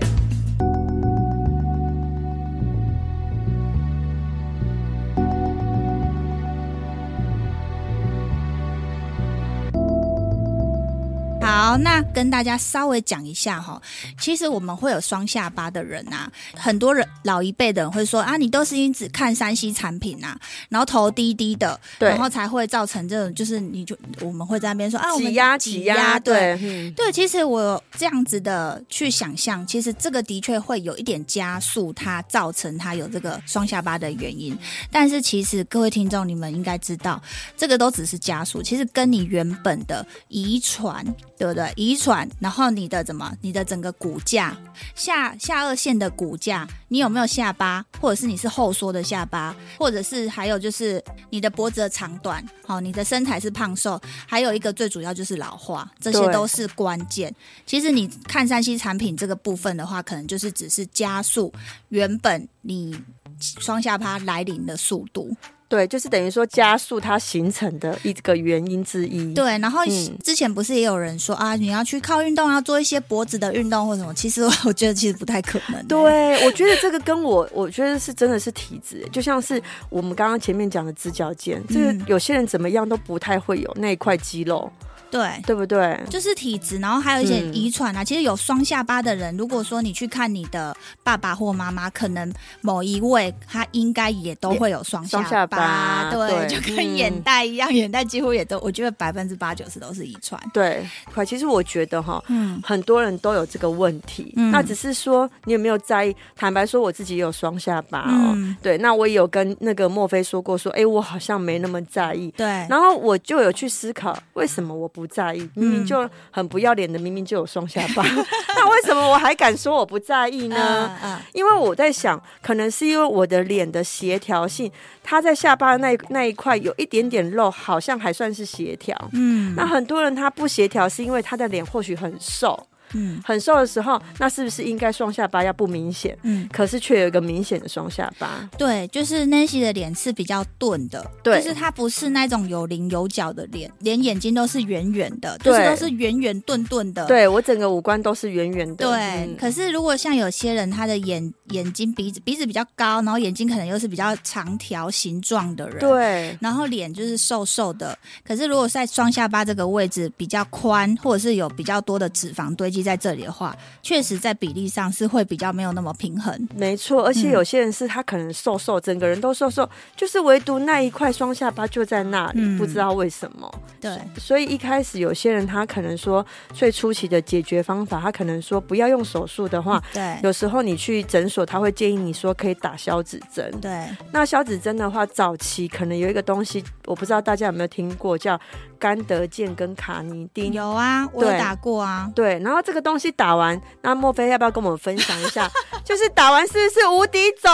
好，那跟大家稍微讲一下哈，其实我们会有双下巴的人啊，很多人老一辈的人会说啊，你都是因为只看山西产品啊，然后头低低的，
对
然后才会造成这种，就是你就我们会在那边说啊，我们
挤压
挤
挤压，
对。
对，嗯
对，其实我有这样子的去想象，其实这个的确会有一点加速它造成它有这个双下巴的原因。但是其实各位听众，你们应该知道，这个都只是加速，其实跟你原本的遗传，对不对？遗传，然后你的怎么，你的整个骨架下下颚线的骨架，你有没有下巴，或者是你是后缩的下巴，或者是还有就是你的脖子的长短，好、你的身材是胖瘦，还有一个最主要就是老化，这些
对
都是关键。其实你看山西产品这个部分的话，可能就是只是加速原本你双下巴来临的速度。
对，就是等于说加速它形成的一个原因之一。
对，然后
嗯
之前不是也有人说、啊，你要去靠运动，要做一些脖子的运动或什么？其实我 我觉得其实不太可能、欸。
对，我觉得这个跟我， 我觉得是真的是体质，就像是我们刚刚前面讲的直角肩，这个
嗯
有些人怎么样都不太会有那一块肌肉，
对，
对不对？
就是体质，然后还有一些
嗯
遗传啊。其实有双下巴的人，如果说你去看你的爸爸或妈妈，可能某一位他应该也都会有双
双下
巴，
巴
对，
对
就跟
嗯
眼袋一样，眼袋几乎也都，我觉得百分之八九十都是遗传。
对，快，其实我觉得哈。
嗯，
很多人都有这个问题，
嗯
那只是说你有没有在意？坦白说，我自己也有双下巴哦。
嗯
对，那我也有跟那个墨菲说过说，哎，我好像没那么在意。
对，
然后我就有去思考，为什么我不在
嗯
意？明明就很不要脸的，明明就有双下 巴， 那为什么我还敢说我不在意呢？
嗯嗯
因为我在想，可能是因为我的脸的协调性，它在下巴那一那一块有一点点肉，好像还算是协调。
嗯
那很多人他不协调，是因为他的脸或许很瘦，
嗯
很瘦的时候，那是不是应该双下巴要不明显？
嗯，
可是却有一个明显的双下巴，
对，就是 Nancy 的脸是比较钝的，
对
就是她不是那种有棱有角的脸，连眼睛都是圆圆的，就是
对
都是圆圆钝钝的，
对我整个五官都是圆圆的。
呃对，
嗯
可是如果像有些人，他的眼眼睛、鼻子、鼻子比较高，然后眼睛可能又是比较长条形状的人，，
对，
然后脸就是瘦瘦的。可是如果在双下巴这个位置比较宽，或者是有比较多的脂肪堆积，积在这里的话，确实在比例上是会比较没有那么平衡。
没错，而且
嗯
有些人是他可能瘦瘦，整个人都瘦瘦，就是唯独那一块双下巴就在那里，
嗯
不知道为什么。
对，
所以一开始有些人他可能说最初期的解决方法，他可能说不要用手术的话，
对，
有时候你去诊所他会建议你说可以打消脂针。
对，
那消脂针的话，早期可能有一个东西，我不知道大家有没有听过，叫甘德健跟卡尼丁。
有啊，我有
对
打过啊。
对，然后这个东西打完，那莫非要不要跟我们分享一下？ 就是打完是不是无敌肿？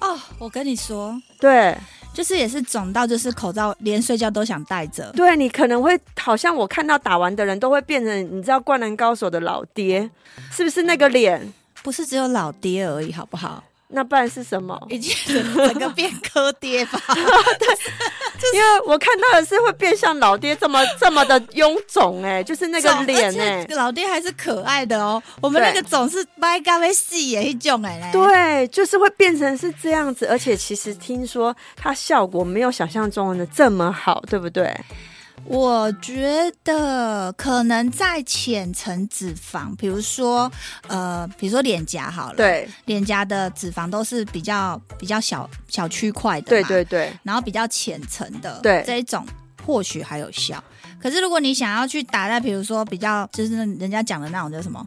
哦，我跟你说，
对，
就是也是肿到，就是口罩连睡觉都想戴着。
对你可能会好像我看到打完的人都会变成你知道《灌篮高手》的老爹，是不是那个脸？
不是只有老爹而已，好不 好？
那不然是什么？
已经整个变科爹吧。
因为我看到的是会变像老爹这 么这么的臃肿哎、就是 那 个脸哎、
而且老爹还是可爱的哦。我们那个总是掰咖啡细也一种哎嘞。
对，就是会变成是这样子，而且其实听说它效果没有想象中的这么好，对不对？
我觉得可能在浅层脂肪，比如说呃，比如说脸颊好了，，
对，
脸颊的脂肪都是比较比较小小区块的，
对对，对，
然后比较浅层的，
对
这一种或许还有效。可是如果你想要去打在，比如说比较就是那人家讲的那种叫什么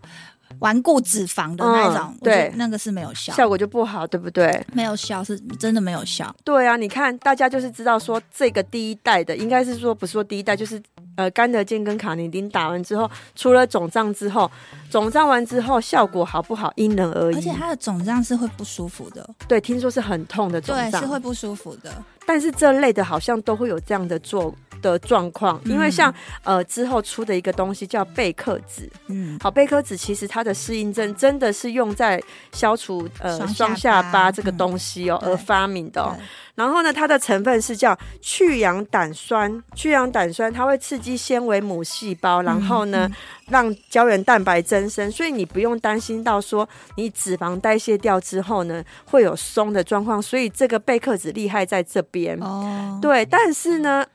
顽固脂肪的那一种，
嗯
我觉得
对
那个是没有效，
效果就不好，对不对？
没有效是真的没有效。
对啊，你看，大家就是知道说这个第一代的，应该是说不是说第一代，就是呃甘德健跟卡尼丁打完之后，除了肿胀之后，肿胀完之后效果好不好因人而异。
而且它的肿胀是会不舒服的，
对，听说是很痛的肿
对，
胀，
是会不舒服的。
但是这类的好像都会有这样的做的状况，因
嗯
为像、呃之后出的一个东西叫贝克脂，
嗯，
好，贝壳子其实它的适应症真的是用在消除呃
双下
双下
巴
巴这个
嗯
东西哦、
对
而发明的、哦
对。
然后呢，它的成分是叫去氧胆酸，去氧胆酸它会刺激纤维母细胞，然后
嗯
呢、让胶原蛋白增生，所以你不用担心到说你脂肪代谢掉之后呢会有松的状况。所以这个贝壳子厉害在这边。
哦，
对，但是呢，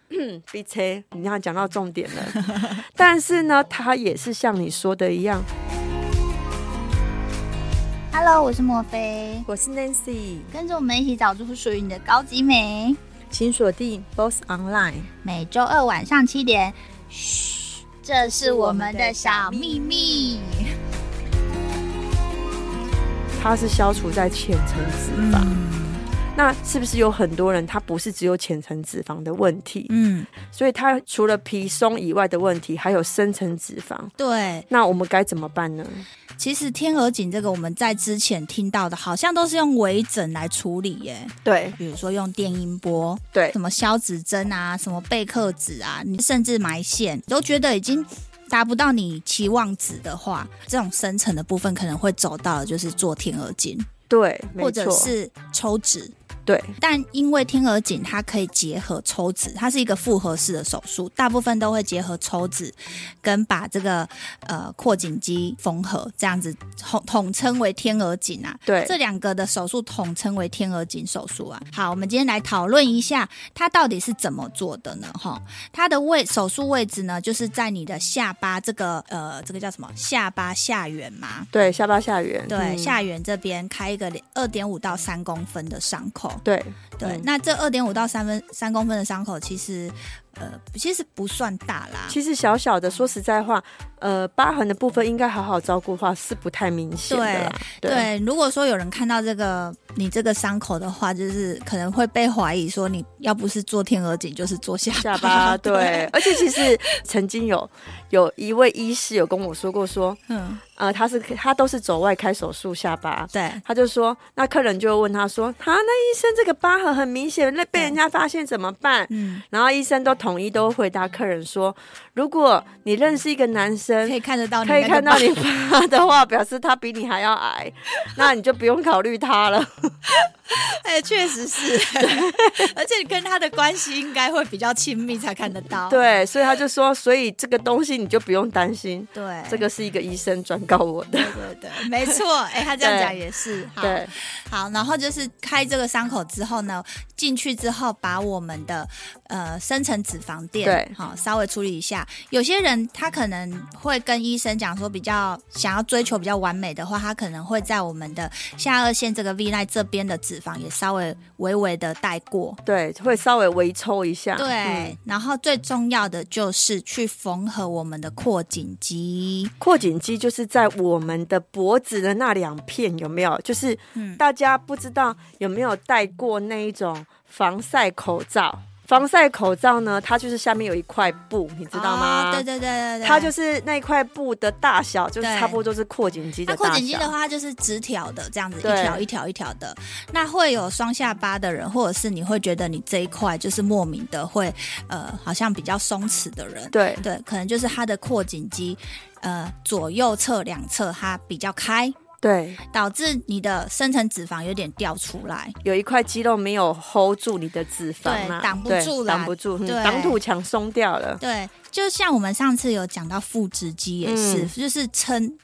B C，你看讲到重点 了。但是呢，它也是像你说的一样，
Hello，我是莫菲，
我是 Nancy，
跟着我们一起找出属于你的高级美。
请锁定 Boss Online。
每周二晚上七点，嘘，这是我们的小秘密。
它是消除在浅层脂肪。
嗯
那是不是有很多人他不是只有浅层脂肪的问题？
嗯，
所以他除了皮松以外的问题，还有深层脂肪。
对，
那我们该怎么办呢？
其实天鹅颈这个我们在之前听到的，好像都是用微整来处理耶，
对
比如说用电音波，
对
什么消脂针啊，什么贝克脂啊，你甚至埋线，你都觉得已经达不到你期望值的话，这种深层的部分可能会走到的就是做天鹅颈，
对，没
或者
错
是抽脂。
对
但因为天鹅颈它可以结合抽脂，它是一个复合式的手术，大部分都会结合抽脂跟把这个呃扩颈肌缝合，这样子统统称为天鹅颈啊。
对
这两个的手术统称为天鹅颈手术啊。好，我们今天来讨论一下它到底是怎么做的呢？哈，它的位手术位置呢，就是在你的下巴这个呃这个叫什么下巴下缘嘛。
对，下巴下缘，
对，
嗯
下缘这边开一个二点五到三公分的伤口，
对
对，
嗯
那这二点五到三分三公分的伤口，其实呃其实不算大啦。
其实小小的，说实在话，呃，疤痕的部分应该好好照顾的话是不太明显的啦。
对，如果说有人看到这个你这个伤口的话，就是可能会被怀疑说你要不是做天鹅颈，就是做下巴。
下巴 对，而且其实曾经有有一位医师有跟我说过说，
嗯，
呃，他是他都是走外开手术下巴，
对，
他就说，那客人就会问他说，他那医生这个疤痕很明显，那被人家发现怎么办？
嗯，
然后医生都统一都回答客人说，如果你认识一个男
可
生
以。看得到你
嗯可
那
以
个
看
疤
到你疤的话，表示他比你还要矮，那你就不用考虑他了。
哎、确实 是， 而且你跟他的关系应该会比较亲密才看得到。
对，所以他就说，所以这个东西你就不用担心，
对，
这个是一个医生专告我的。
对对，没错，哎、他这样讲也是，好
对，
好，然后就是开这个伤口之后呢，进去之后把我们的呃深层脂肪垫，
对
好、稍微处理一下。有些人他可能会跟医生讲说，比较想要追求比较完美的话，他可能会在我们的下颚线这个 V line 这边的脂肪也稍微微微的带过。
对，会稍微微抽一下。
对，
嗯，
然后最重要的就是去缝合我们的扩颈肌。
扩颈肌就是在我们的脖子的那两片，有没有？就是
嗯，
大家不知道有没有戴过那一种防晒口罩？防晒口罩呢，它就是下面有一块布，你知道吗？
哦对对对对对，
它就是那一块布的大小，就是
对
差不多就是扩颈肌
那
的
扩
大
颈肌的
小。
话，它就是直条的这样子，一
对
条一条一条的。那会有双下巴的人，或者是你会觉得你这一块就是莫名的会呃，好像比较松弛的人，
对
对，可能就是他的扩颈肌呃左右侧两侧它比较开，
对，
导致你的深层脂肪有点掉出来。
有一块肌肉没有 hold 住你的脂肪嘛，
对挡不
对
住啦
挡不住，嗯
对
挡土墙松掉了。
对，就像我们上次有讲到腹直肌也是，
嗯
就是撑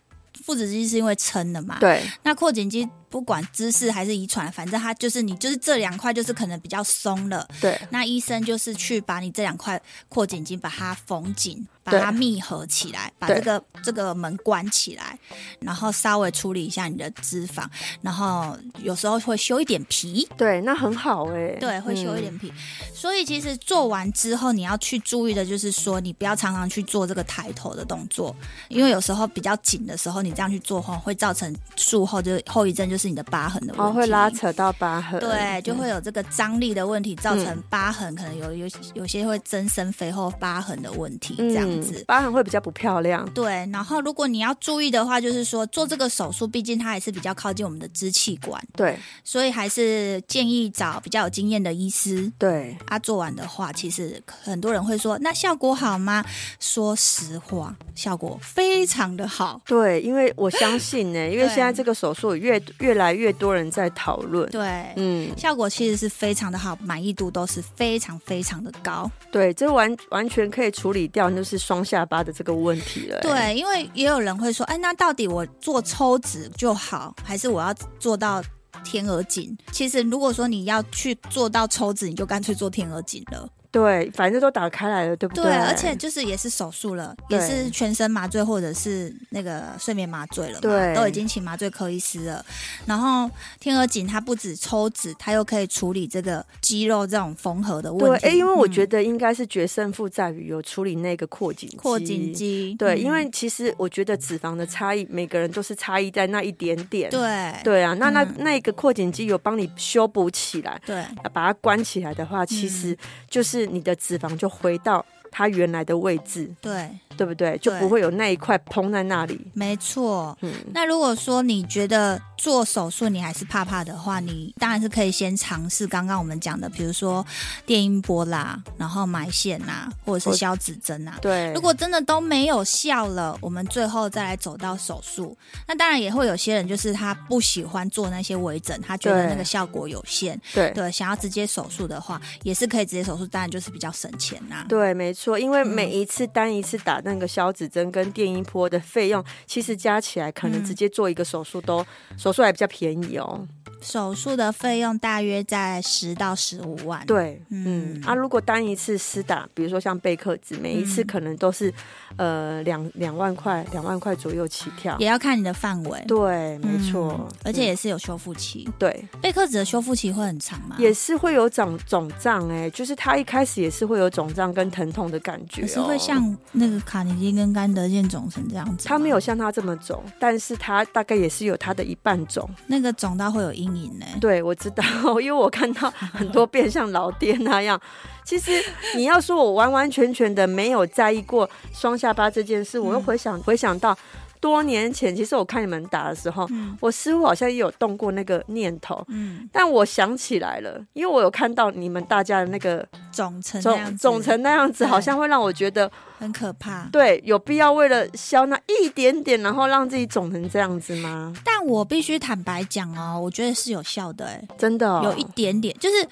腹直肌是因为撑的嘛，
对
那扩颈肌不管姿势还是遗传，反正它就是你就是这两块就是可能比较松了。
对
那医生就是去把你这两块扩颈肌把它缝紧，把
对
它密合起来，把
对
这个这个门关起来，然后稍微处理一下你的脂肪，然后有时候会修一点皮。
对，那很好哎、
对，会修一点
嗯
皮，所以其实做完之后，你要去注意的就是说，你不要常常去做这个抬头的动作，因为有时候比较紧的时候，你这样去做的话，会造成术后就是后遗症，就是你的疤痕的问题，
哦，会拉扯到疤痕，
对，就
嗯
会有这个张力的问题，造成疤痕，可能有有有些会增生肥厚疤痕的问题，这样子。
嗯疤痕会比较不漂亮。
对，然后如果你要注意的话，就是说做这个手术，毕竟它还是比较靠近我们的支气管，
对
所以还是建议找比较有经验的医师。
对，
啊，做完的话，其实很多人会说，那效果好吗？说实话，效果非常的好。
对，因为我相 信呢、因为
对
现在这个手术越越来越多人在讨论，
对，
嗯，
效果其实是非常的好，满意度都是非常非常的高。
对，这完完全可以处理掉，就是双下巴的这个问题了、欸。
对，因为也有人会说，哎，那到底我做抽脂就好，还是我要做到天鹅颈？其实如果说你要去做到抽脂，你就干脆做天鹅颈了。
对，反正都打开来了，对不
对，
对，
而且就是也是手术了，也
对
是全身麻醉或者是那个睡眠麻醉了嘛，
对
都已经请麻醉科医师了。然后天鹅颈它不止抽脂，它又可以处理这个肌肉这种缝合的
对，
问题。嗯
哎、因为我觉
得
得应该是决胜负在于有处理那个扩颈
嗯
肌
扩颈。肌，
对，
嗯
因为其实我觉得脂肪的差异，每个人都是差异在那一点点。
对
对啊，那那、
嗯
那个扩颈肌有帮你修补起来，
对
把它关起来的话，
嗯
其实就是你的脂肪就回到它原来的位置，
对，
对不对？就不会有那一块膨在那里。
没错。
嗯
那如果说你觉得做手术你还是怕怕的话，你当然是可以先尝试刚刚我们讲的，比如说电音波啦，然后埋线啦，或者是消脂针啊。
对，
如果真的都没有效了，我们最后再来走到手术。那当然也会有些人就是他不喜欢做那些微整，他觉得
对
那个效果有限，
对
对，想要直接手术的话，也是可以直接手术，当然就是比较省钱啦、
对，没错，因为
嗯
每一次单一次打那个消脂针跟电音波的费用，其实加起来可能
嗯
直接做一个手术都、手术还比较便宜哦。
手术的费用大约在十到十五万。
对，嗯
嗯
啊，如果单一次施打，比如说像贝克子，每一次
嗯
可能都是、呃两两万块两万块左右起跳
也。要看你的范围。
对，没错、嗯
嗯而且也是有修复期。
对，
贝克子的修复期会很长吗？
也是会有长肿胀哎，就是它一开始也是会有肿胀跟疼痛的感觉、哦，
可是会像那个卡尼基跟甘德健肿成这样子吗，
它没有像它这么肿，但是它大概也是有它的一半肿。
那个肿到会有阴影呢、
对，我知道， 因为我看到很多变像老爹那样。其实你要说我完完全全的没有在意过双下巴这件
嗯
事，我又回想、回想到多年前，其实我看你们打的时候，
嗯
我似乎好像也有动过那个念头。
嗯，
但我想起来了，因为我有看到你们大家的那个
肿成那样
肿
子
肿成那样子，
对
好像会让我觉得，
很可怕。
对，有必要为了消那一点点，然后让自己肿成这样子吗？
但我必须坦白讲哦，我觉得是有效的、欸，
真的、哦，
有一点点，就是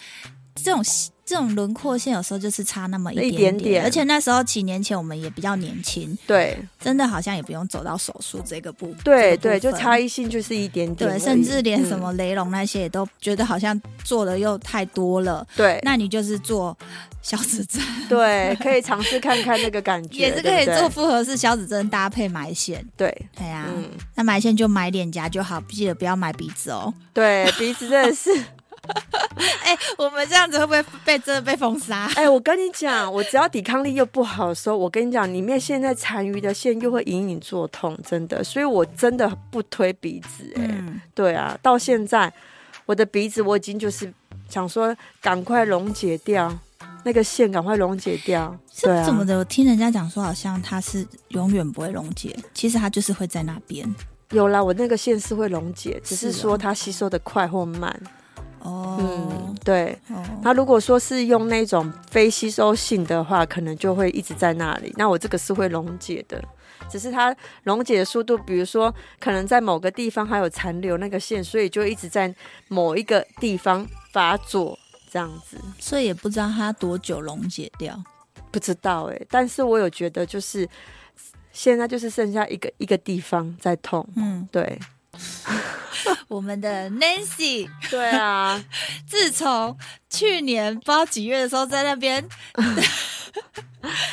这种这种轮廓线有时候就是差那么一
一
点
点点
而且那时候几年前我们也比较年轻，
对
真的好像也不用走到手术这个步，这
对
个
对，
部
就
分
差异性就是一点点而
对，
已，
甚至连
嗯
什么雷龙那些也都觉得好像做的又太多了，
对
那你就是做消脂针，
对，可以尝试看看那 个感觉，
也是可
对
以
不对
做啊复合式消脂针搭配埋线，
对，
对呀、
嗯，
那埋线就埋脸颊就好，记得不要埋鼻子哦。
对，鼻子真 的是，
哎、 我们这样子会不会被真的被封杀？
哎，我跟你讲，我只要抵抗力又不好的时候，我跟你讲，里面现在残余的线又会隐隐作痛，真的，所以我真的不推鼻子、哎、
嗯，
对啊，到现在我的鼻子我已经就是想说，赶快溶解掉那个线，赶快溶解掉，
是
对啊，
怎么的？我听人家讲说，好像它是永远不会溶解，其实它就是会在那边。
有啦，我那个线是会溶解，只是
是哦
说它吸收的快或慢。
哦
嗯，，对。
哦，
它如果说是用那种非吸收性的话，可能就会一直在那里。那我这个是会溶解的，只是它溶解的速度，比如说可能在某个地方还有残留那个线，所以就一直在某一个地方发作这样子。
所以也不知道它多久溶解掉。
不知道哎、但是我有觉得就是现在就是剩下一个一个地方在痛。
嗯，
对，
我们的 Nancy
对啊，
自从去年不知道几月的时候在那 边，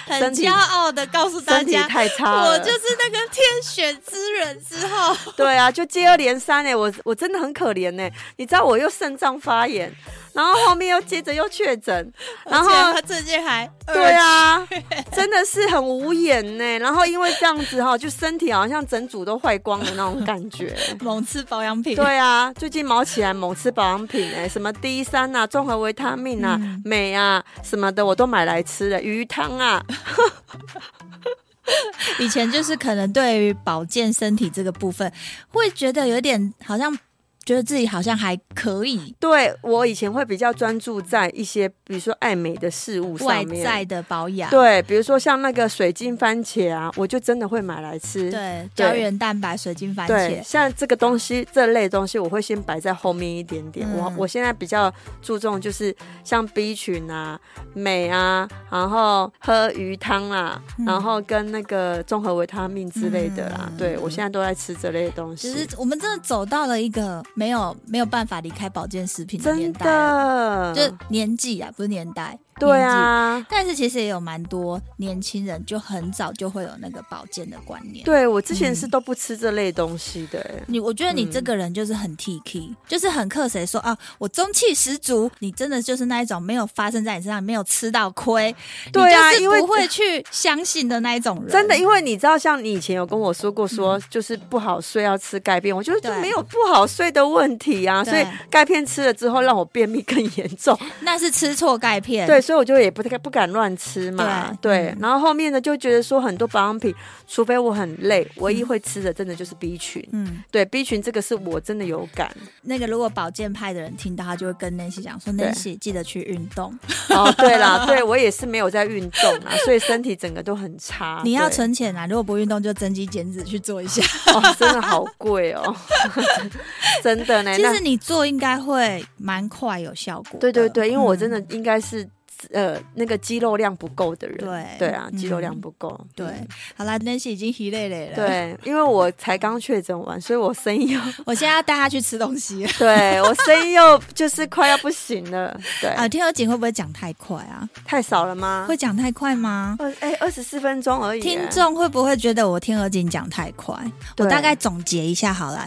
很
身体
骄傲的告诉大
身体
家。
太差了。
我就是那个天选之人之后，
对啊，就接二连三哎、我我真的很可怜哎、你知道我又肾脏发炎，然后后面又接着又 确诊，然后
而且他最近还
对啊，真的是很无言呢、然后因为这样子哈，就身体好像整组都坏光的那种感觉。
猛吃保养品，
对啊，最近毛起来猛吃保养品哎、什么 D 三啊、综合维他命啊、
嗯
镁啊什么的，我都买来吃了。鱼汤啊，
以前就是可能对于保健身体这个部分，会觉得有点好像觉得自己好像还可以，
对我以前会比较专注在一些，比如说爱美的事物上
外
面。
在的保养，
对，比如说像那个水晶番茄啊，我就真的会买来吃。
对
对
胶原蛋白、水晶番
对，
茄，
像这个东西这类东西，我会先摆在后面一点点。我
嗯
我现在比较注重就是像 B 群啊、镁啊，然后喝鱼汤啊，然后跟那个综合维他命之类的啦。
嗯
对我现在都在吃这类东
只
西，
是我们真的走到了一个没有没有办法离开保健食品的年
真
代了，
的，
就年纪啊，不是年代，
对
年纪。
啊。
但是其实也有蛮多年轻人就很早就会有那个保健的观念。
对，我之
嗯
前是都不吃这类东西的、欸
你我觉得你这个人就是很 T K，、就是很克谁说啊，我中气十足，你真的就是那一种没有发生在你身上，没有吃到 亏，
对啊
你
因
就
为
是不会去相信的那一种人，
真的，因为你知道，像你以前有跟我说过说，就是不好睡要吃钙片，我觉得就
嗯对
没有不好睡的问题啊，
对
所以钙片吃了之后让我便秘更严重，
那是吃错钙片，
对，所以我就也不太不敢乱吃嘛，
对
对
嗯。
然后后面呢，就觉得说很多保养品，除非我很累，唯一会吃的真的就是 B 群，
嗯，
对 B 群这个是我真的有感
那个如果保健派的人听到，他就会跟 Nancy 讲说
对
，Nancy 记得去运动，
哦，对啦，对我也是没有在运动 啊，所以身体整个都很差。
你要
对
存钱啊，如果不运动就增肌减脂去做一下。
哦，真的好贵哦， 真的呢，
其
哎那
实你做应该会蛮快有效果的，
对对对，因为我真
嗯
的应该是、呃那个肌肉量不够的人。
对
啊，肌肉量
嗯
不够。
对。啊好啦 n a n c y 已经疲累累了，，
对，因为我才刚确诊完，所以我声音又
我现在要带他去吃东西了。
对我声音又就是快要不行了。对，
啊，天鹅颈会不会讲太快啊？
太少了吗？
会讲太快吗？
二哎二十四分钟而已。
听众会不会觉得我天鹅颈讲太快？我
对
大概总结一下好了。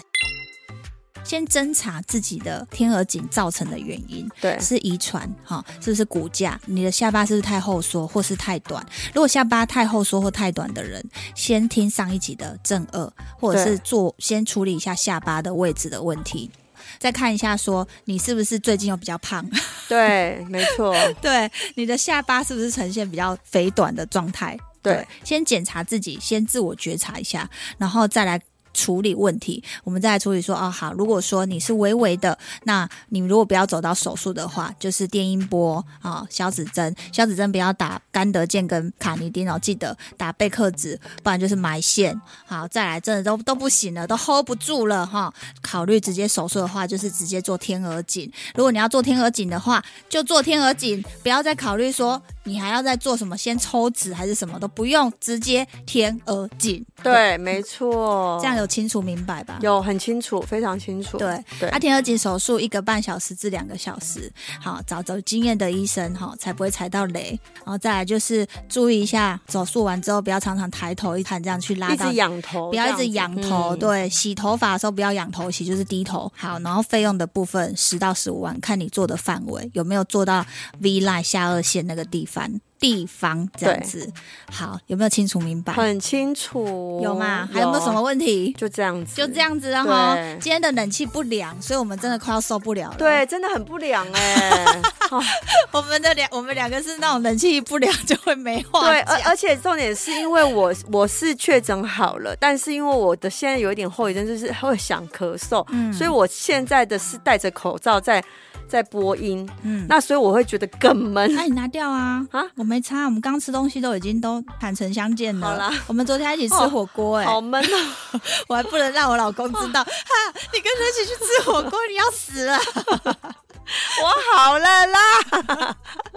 先侦查自己的天鹅颈造成的原因
对
是遗传哈、是不是骨架？你的下巴是不是太后缩或是太短？如果下巴太后缩或太短的人，先听上一集的正二，或者是
对
做先处理一下下巴的位置的问题，再看一下说你是不是最近又比较胖，
对，没 错，
对，你的下巴是不是呈现比较肥短的状态？
对，
先检查自己，先自我觉察一下，然后再来处理问题，我们再来处理说哦好，如果说你是微微的，那你如果不要走到手术的话，就是电音波啊、消脂针，消脂针不要打甘德健跟卡尼丁哦，记得打贝克子，不然就是埋线。好，再来真的都都不行了，都 hold 不住了哈。考虑直接手术的话，就是直接做天鹅颈。如果你要做天鹅颈的话，就做天鹅颈，不要再考虑说你还要再做什么，先抽脂还是什么都不用，直接天鹅颈。
对，没错，
这样有清楚明白吧？
哦有很清楚，非常清楚。
对
对
啊，天鹅颈手术一个半小时至两个小时，好找找经验的医生哈，才不会踩到雷。然后再来就是注意一下，手术完之后不要常常抬头一看，这样去拉
一
到
直仰头，
不要一
这
直
样
仰
子
头，
嗯
对，洗头发的时候不要仰头洗，就是低头。好，然后费用的部分十到十五万，看你做的范围有没有做到 V line 下颚线那个地方地方这样
对
子。好，有没有清楚明白？
很清楚，
有吗？还有没有什么？问题？
就这样子，
就这。样子了哈
对。
今天的冷气不良，所以我们真的快要受不了了。，
对，真的很不良哎、 哦
我们的两我们两个是那种冷气不良 就会没话
对，
讲
而而且重点是因为我我是确诊好了，但是因为我的现在有一点后遗症，就是会想咳嗽，
嗯
所以我现在的是戴着口罩在在播音，
嗯，
那所以我会觉得更闷。
那、你拿掉啊！
啊
啊，我没差，我们刚吃东西都已经都坦诚相见了。
好啦，
我们昨天还一起吃
哦
火锅、哎、
好闷哦！
我还不能让我老公知道。哈，你跟他一起去吃火锅，你要死了。
我好了啦，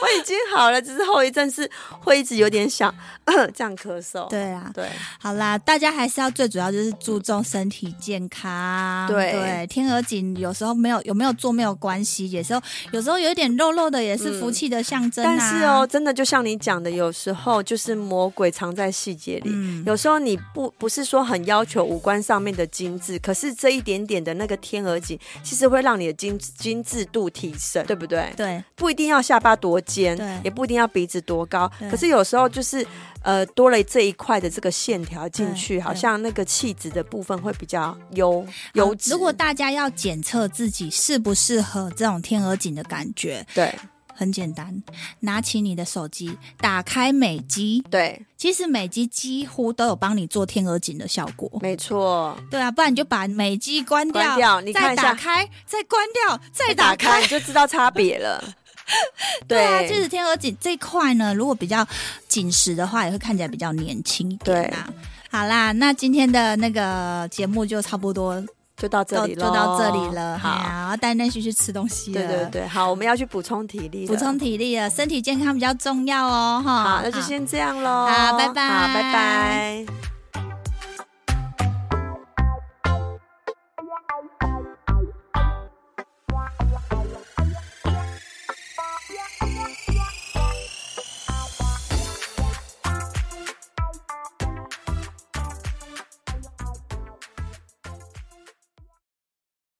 我已经好了，只是后遗症是会一直有点想呃这样咳嗽。
对啊，
对，
好啦，大家还是要最主要就是注重身体健康。
对
天鹅颈有时候没有有没有做没有关系，有时候有时候有一点肉肉的也是福气的象征、啊
但是哦，，真的就像你讲的，有时候就是魔鬼藏在细节里。
嗯，
有时候你不不是说很要求五官上面的精致，可是这一点点的那个天鹅颈，其实会让你的精精致度提升，对不对？
对
不一定要下巴多尖
对，
也不一定要鼻子多高，
对
可是有时候就是呃多了这一块的这个线条进去，
对
好像那个气质的部分会比较优优质。
如果大家要检测自己适不适合这种天鹅颈的感觉，
对
很简单，拿起你的手机，打开美肌。
对，
其实美肌几乎都有帮你做天鹅颈的效果。
没错，
对啊，不然你就把美肌关掉，
关掉你看
再
一下
打开，再关掉，再打
打
开。
开你就知道差别 了。
对啊，就是天鹅颈这一块呢，如果比较紧实的话，也会看起来比较年轻一点啊。好啦，那今天的那个节目就差不多
就到这
到
里
就
了，啊
到这里了。
好。
好，带内旭去吃东西了。
对对。对，好，我们要去补充体力了，
补充体力了，身体健康比较重要哦，哈。
好，那就先这样喽。
好拜拜
好，拜拜。